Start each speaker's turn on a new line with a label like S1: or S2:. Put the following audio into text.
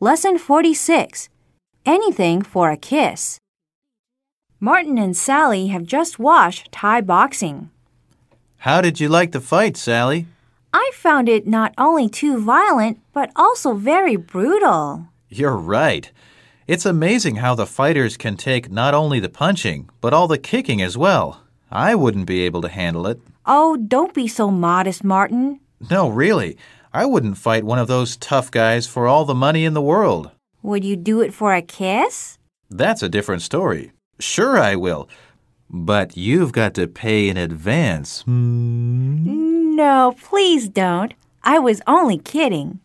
S1: Lesson 46 Anything for a Kiss. Martin and Sally have just watched Thai boxing.
S2: How did you like the fight, Sally?
S1: I found it not only too violent, but also very brutal.
S2: You're right. It's amazing how the fighters can take not only the punching, but all the kicking as well. I wouldn't be able to handle it.
S1: Oh, don't be so modest, Martin.
S2: No, really. I wouldn't fight one of those tough guys for all the money in the world.
S1: Would you do it for a kiss?
S2: That's a different story. Sure, I will. But you've got to pay in advance. Hmm?
S1: No, please don't. I was only kidding.